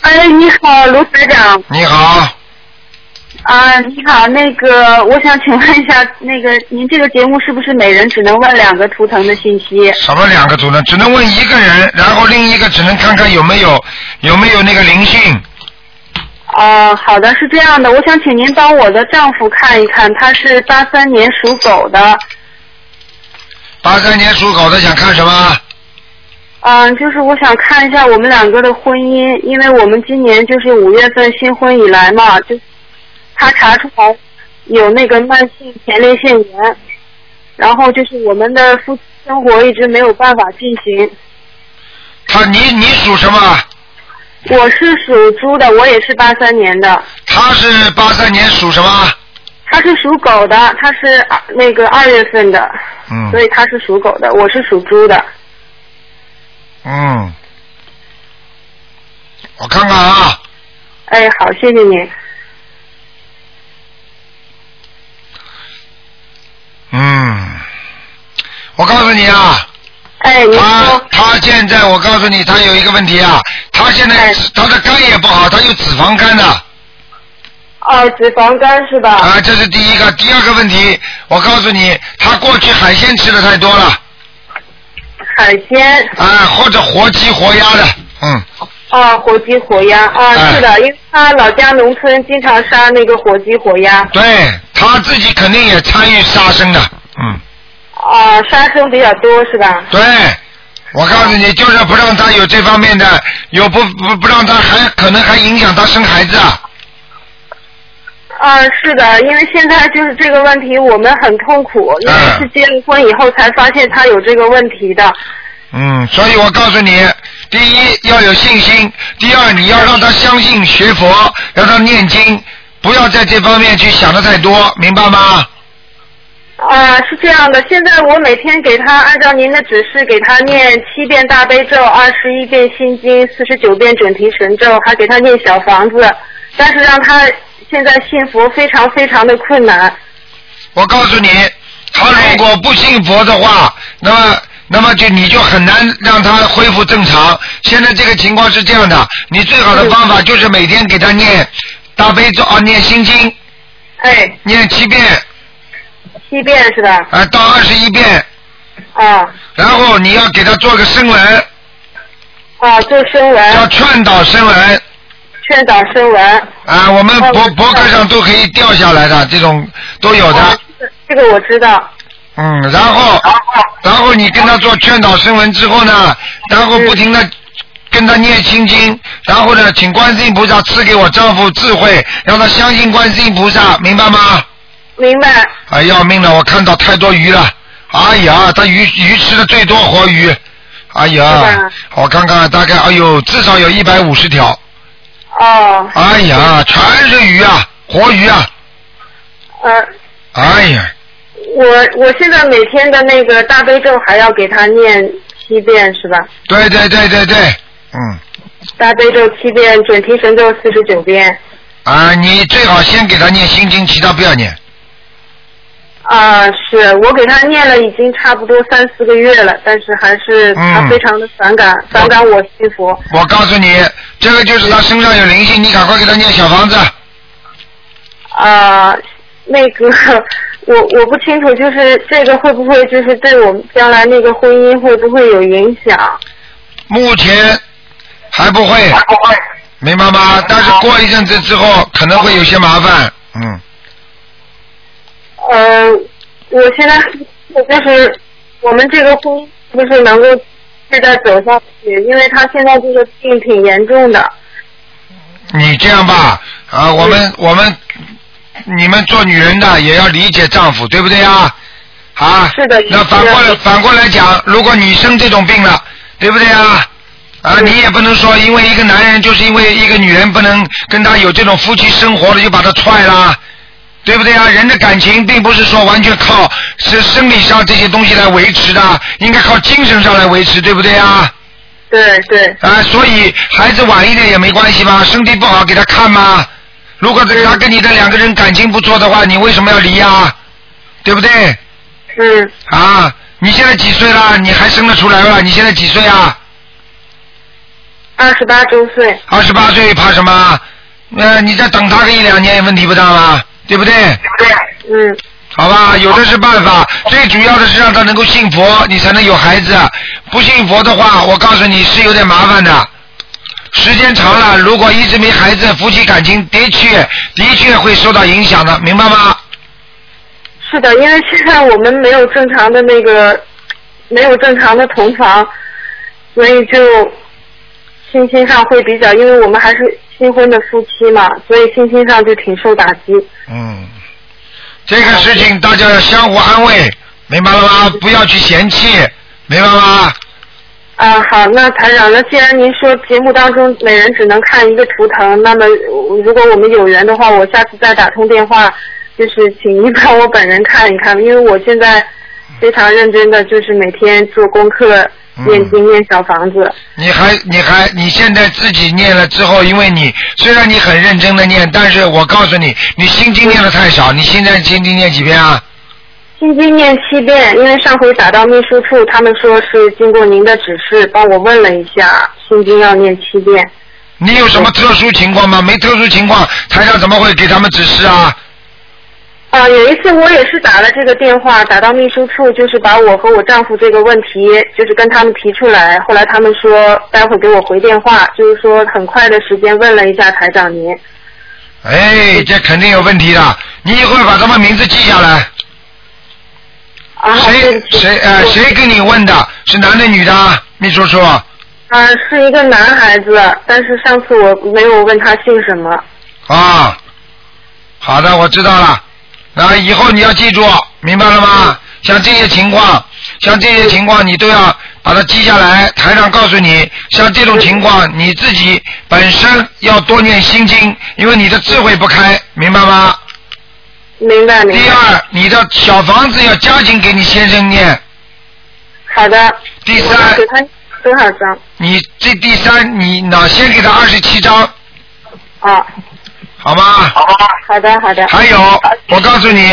哎，你好，卢台长。
你好，
啊、你好，那个我想请问一下，那个您这个节目是不是每人只能问两个图腾的信息？
什么两个主呢？只能问一个人，然后另一个只能看看有没有有没有那个灵性。
哦、好的，是这样的，我想请您帮我的丈夫看一看，他是八三年属狗的，
八三年属狗的想看什么？
嗯、就是我想看一下我们两个的婚姻，因为我们今年就是五月份新婚以来嘛，就他查出来有那个慢性前列腺炎，然后就是我们的夫妻生活一直没有办法进行。
他你你属什么？
我是属猪的，我也是八三年的。
他是八三年属什么？
他是属狗的，他是啊那个二月份的，
嗯
所以他是属狗的，我是属猪的。
嗯，我看看啊，
哎，好，谢谢您。
嗯，我告诉你啊，
哎，您
他
说，
他现在我告诉你，他有一个问题啊，他现在
哎
他的肝也不好，他有脂肪肝的
哦，脂肪肝是吧？
啊，这是第一个。第二个问题，我告诉你，他过去海鲜吃的太多了
海鲜，
啊，或者活鸡活鸭的，嗯，
啊，活鸡活鸭，啊，
哎
是的，因为他老家农村经常杀那个活鸡活鸭，
对他自己肯定也参与杀生的，嗯，
啊，杀生比较多是吧？
对。我告诉你，就是不让他有这方面的，有不不不让他还可能还影响他生孩子啊。
啊，是的，因为现在就是这个问题，我们很痛苦，因为
哎
是结了婚以后才发现他有这个问题的。
嗯，所以我告诉你，第一要有信心，第二你要让他相信学佛，让他念经，不要在这方面去想的太多，明白吗？
啊，是这样的，现在我每天给他按照您的指示给他念七遍大悲咒，二十一遍心经，四十九遍准提神咒，还给他念小房子，但是让他现在信佛非常非常的困难。
我告诉你，他如果不信佛的话，那么那么就你就很难让他恢复正常。现在这个情况是这样的，你最好的方法就是每天给他念大悲咒啊，念心经，
哎，
念七遍
七遍是吧？
啊，到二十一遍，
啊
然后你要给他做个声闻，
啊，做声纹，
叫劝导声闻。
劝导声纹。
啊，我们
哦
博
我知道
博客上都可以掉下来的，这种都有
啊
的。
这个我知道。
嗯，然后然后你跟他做劝导声闻之后呢，然后不停的跟他念心经，然后呢，请观世音菩萨赐给我丈夫智慧，让他相信观世音菩萨，明白吗？
明白。
哎，要命了，我看到太多鱼了。哎呀，他鱼鱼吃的最多活鱼。哎
是
呀
吧，
我看看，大概哎呦，至少有一百五十条。
哦，
哎呀，全是鱼啊，活鱼啊。
呃，
哎呀。
我我现在每天的那个大悲咒还要给他念七遍是吧？
对对对对对，嗯，
大悲咒七遍，准提神咒四十九遍。
啊，你最好先给他念心经，其他不要念。
啊，是我给他念了已经差不多三四个月了，但是还是他
嗯
非常的反感，反感我信佛。
我告诉你，这个就是他身上有灵性，你赶快给他念小房子。
啊、那个我我不清楚，就是这个会不会就是对我们将来那个婚姻会不会有影响？
目前还不会，明白吗？但是过一阵子之后可能会有些麻烦。嗯，
呃，我现在我就是我们这个婚姻不是能够是在走下去，因为他现在这个病挺严重的。
你这样吧，
嗯
啊，我们我们你们做女人的也要理解丈夫，对不对啊？啊，
是的
那反过来反过来讲，如果你生这种病了，对不对啊？啊，
嗯
你也不能说因为一个男人就是因为一个女人不能跟他有这种夫妻生活了，就把他踹啦，对不对啊？人的感情并不是说完全靠是生理上这些东西来维持的，应该靠精神上来维持，对不对啊？
对对，
啊，所以孩子晚一点也没关系嘛，身体不好给他看嘛。如果
嗯
这他跟你的两个人感情不错的话，你为什么要离呀、对不对？
嗯，
啊，你现在几岁了？你还生得出来了？你现在几岁啊？
二十八周岁，
二十八岁怕什么？呃，你再等他个一两年，问题不大嘛，对不对？
嗯
好吧，有的是办法，最主要的是让他能够信佛，你才能有孩子。不信佛的话，我告诉你是有点麻烦的。时间长了，如果一直没孩子，夫妻感情的确的确会受到影响的，明白吗？
是的，因为现在我们没有正常的那个，没有正常的同房，所以就信心上会比较，因为我们还是新婚的夫妻嘛，所以信心上就挺受打击。
嗯，这个事情大家要相互安慰，明白了吗？不要去嫌弃，明白吗？
啊，好，那台长，那既然您说节目当中每人只能看一个图腾，那么呃如果我们有缘的话，我下次再打通电话，就是请您帮我本人看一看，因为我现在非常认真的，就是每天做功课，念经念小房子。
你还你还你现在自己念了之后，因为你虽然你很认真的念，但是我告诉你，你心经念的太少。你现在心经念几遍啊？
心经念七遍，因为上回打到秘书处，他们说是经过您的指示，帮我问了一下，心经要念七遍。
你有什么特殊情况吗？没特殊情况，台长怎么会给他们指示啊？
啊、有一次我也是打了这个电话，打到秘书处，就是把我和我丈夫这个问题，就是跟他们提出来。后来他们说待会儿给我回电话，就是说很快的时间问了一下台长您。
哎，这肯定有问题的。你一会儿把他们名字记下来。
啊，
谁谁呃谁给你问的？是男的女的啊？秘书处。
啊，是一个男孩子，但是上次我没有问他姓什么。
啊，好的，我知道了。然后以后你要记住，明白了
嗯
吗？像这些情况，像这些情况，你都要把它记下来。台长告诉你，像这种情况，
嗯
你自己本身要多念心经，因为你的智慧不开，明白吗？
明白，明
第
白。
二，你的小房子要加紧给你先生念。
好的。
第
我要
三
给，他多少张？
你这第三，你呢先给他二十七张，
啊，
好吗？
好的，好的。啊
还有， 我告诉你，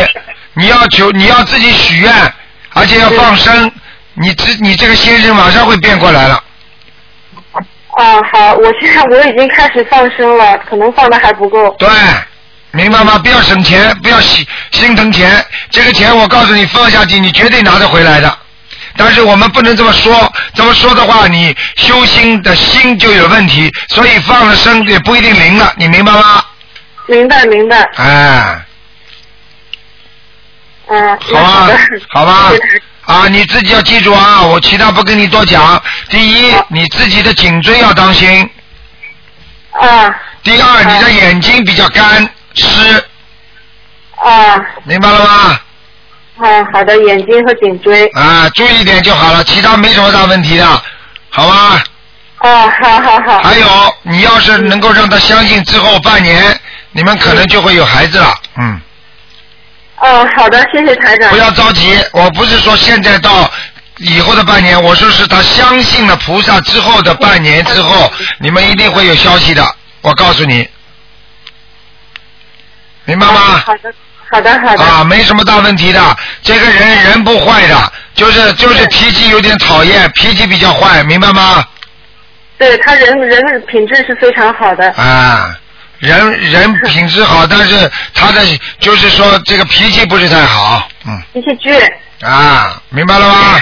你要求你要自己许愿，而且要放生，你这你这个先生马上会变过来了。
啊，好，我现在 我已经开始放生了，可能放的还不够。
对，明白吗？不要省钱，不要心心疼钱，这个钱我告诉你，放下去你绝对拿得回来的。但是我们不能这么说，这么说的话，你修心的心就有问题，所以放了生也不一定灵了，你明白吗？
明白，明白。
哎。
嗯，
好吧
的，
好吧
谢谢台长，
啊，你自己要记住啊，我其他不跟你多讲。第一，
哦
你自己的颈椎要当心；
啊
第二，你的眼睛比较干湿，
啊，
明白了吗？
嗯，好的，眼睛和颈椎。
啊，注意一点就好了，其他没什么大问题的，好吧？
啊，好好好。
还有，你要是
嗯
能够让他相信之后半年，你们可能就会有孩子了。嗯，
嗯，好的，谢谢台长
不。要着急，我不是说现在到。以后的半年，我说是他相信了菩萨之后的半年之后，你们一定会有消息的，我告诉你，明白吗？
好的，好的，好的。
啊，没什么大问题的，这个人人不坏的，就是就是脾气有点讨厌，脾气比较坏，明白吗？
对他人人品质是非常好的。
啊，人人品质好，但是他的就是说这个脾气不是太好，嗯，
脾气倔，
啊，明白了吗？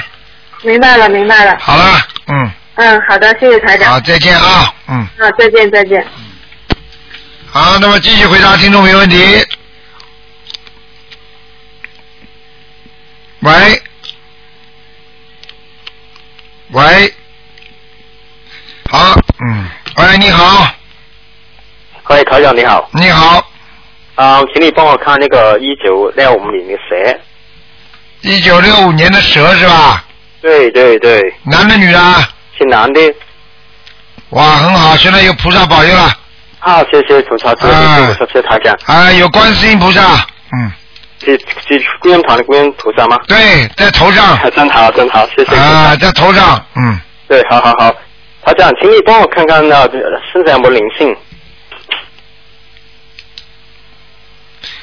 明白了，明白了。
好了，嗯，
嗯，好的，谢谢台长。
好，再见啊，嗯，
啊，再见，再见。
好，那么继续回答听众朋友问题。喂，喂，好，嗯，喂，你好，
喂，台长你好，
你好，
啊、请你帮我看那个一九六五年的蛇，
一九六五年的蛇是吧？
对对对，
男的女的啊？
是男的，
哇，很好，现在有菩萨保佑了，
啊，谢谢菩萨，谢
啊
谢谢谢台长，
啊，有观世音菩萨，嗯，
是是观音堂的观音菩萨吗？
对，在头上，
啊真好真好，谢谢菩萨。
啊，在头上，嗯，
对，好好好，台长，请你帮我看看那呃身上有没有灵性？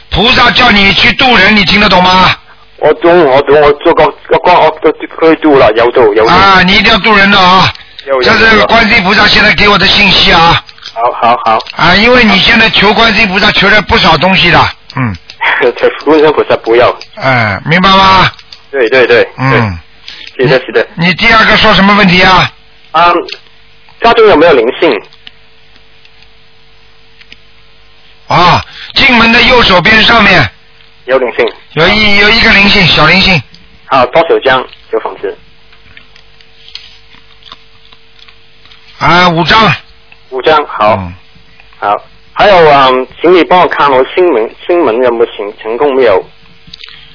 菩萨叫你去渡人，你听得懂吗？
我懂，我懂，我做过个光我都可以做了，有做有做
啊，你一定要渡人的啊！
有有
这是
有。
观世音菩萨现在给我的信息啊
好好好，
啊！因为你现在求观世音菩萨求了不少东西的，嗯，
这浑身菩萨不要。
哎、明白吗？
对对对，
嗯，
对，是的，是的。
你第二个说什么问题啊？
啊，家中有没有灵性？
啊，进门的右手边上面
有灵性。
有一有一个灵性，小灵性，
好，多少张有房子？
啊，五张。
五张，好、
嗯
好。还有啊、嗯请你帮我看我新门新门有没有成成功没有？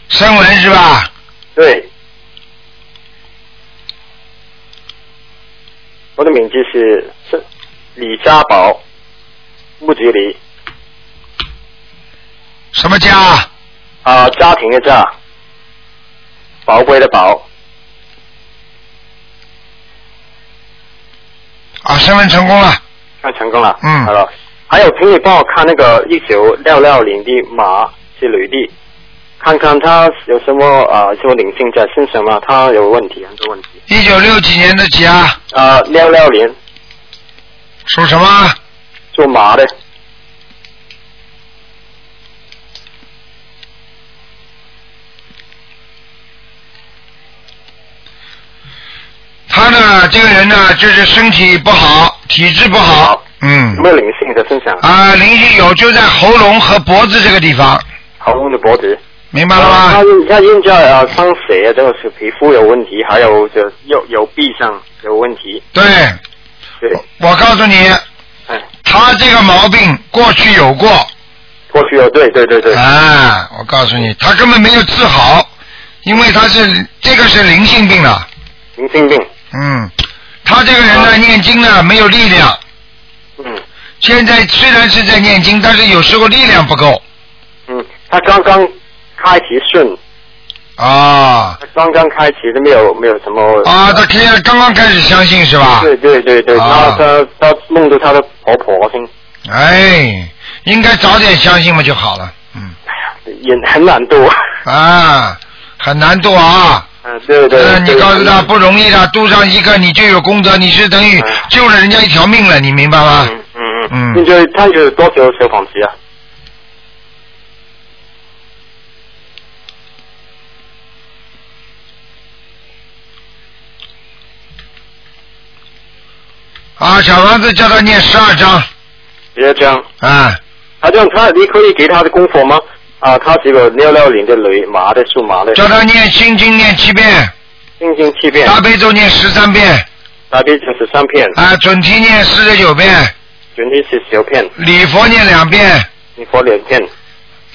声纹是吧？
对。我的名字是是李家宝，木子李
什么家？
啊，家庭的家，宝贵的宝，
啊，身份成功了，
看啊成功了。
嗯
好了。还有，请你帮我看那个一九六六零的马是女的，看看她有什么呃，什么灵性在身上吗？她有问题，很多问题。
一九六几年的几啊？
呃，六六年
属什么？
做马的，
他呢，这个人呢，就是身体不好，体质不好，嗯
有，没有灵性在身上？
啊，灵性有就在喉咙和脖子这个地方，
喉咙的脖子。
明白了
呃
吗
她？现她现在啊，伤血，这个是皮肤有问题，还有就右右臂上有问题。
对，
对，
我告诉你，
哎，
他这个毛病过去有过，
过去有，对对对对，
啊，我告诉你，他根本没有治好，因为他是这个是灵性病了，
灵性病。
嗯，他这个人呢，念经呢没有力量，
嗯
现在虽然是在念经，但是有时候力量不够
嗯，她刚刚开始顺，
啊
她刚刚开始都没有没有什么。
啊，他开刚刚开始相信是吧？
对对对对，
啊
她她她梦到她的婆婆先，
哎，应该早点相信嘛就好了，嗯
哎也很难度。
啊，很难度啊。
嗯，对对
呃，。你
对
告诉他不容易的，度上一个你就有功德，你是等于
哎
救了人家一条命了，你明白吗？
嗯嗯
嗯
嗯。现在她有多少小房子啊？
啊，小房子叫他念十二章
直接这样，
啊，
她这样，她你可以给她的功课吗？啊，她这个六六零的女麻的属马的，
叫他念心经念七遍，
心经七遍，
大悲咒念十三遍，
大悲咒十三片，
啊，准提念四十九遍，
准提是十片，
礼佛念两遍，
你佛两片。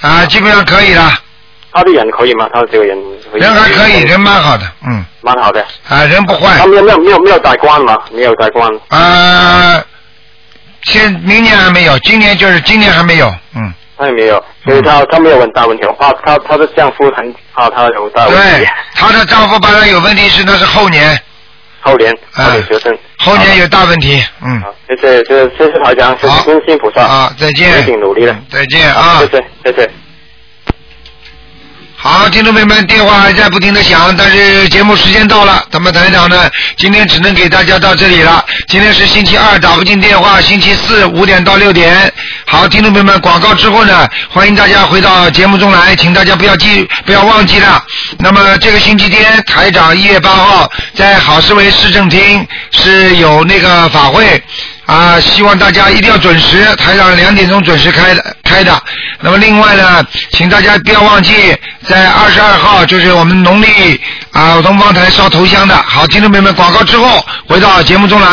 啊，基本上可以了，
她的人可以吗？她这个人可以
人还可以，人蛮好的，嗯，
蛮好的。
啊，人不坏
他，没有没有没有没有改观嘛，没有改观。
啊，现明年还没有，今年就是今年还没有，
啊
嗯，
他也没有，所以他他没有很大问题。我怕他他的丈夫很怕他有大问题
对。，她的丈夫把她有问题是那是后年，
后年
嗯
后年学生。
后年有大问题，嗯，
好，谢谢谢谢谢谢台长，谢
好
谢观世音菩萨，
啊，再
我一
见，
定努力的。
再见啊，
谢谢谢谢。
好，听众朋友们，电话还在不停的响，但是节目时间到了，咱们台长呢，今天只能给大家到这里了。今天是星期二，打不进电话，星期四五点到六点。好，听众朋友们，广告之后呢，欢迎大家回到节目中来，请大家不要记，不要忘记了。那么这个星期天，台长一月八号在好市委市政厅是有那个法会。啊，希望大家一定要准时，台长两点钟准时开的开的。那么另外呢，请大家不要忘记，在二十二号就是我们农历啊东方台烧头香的。好，听众朋友们，广告之后回到节目中来。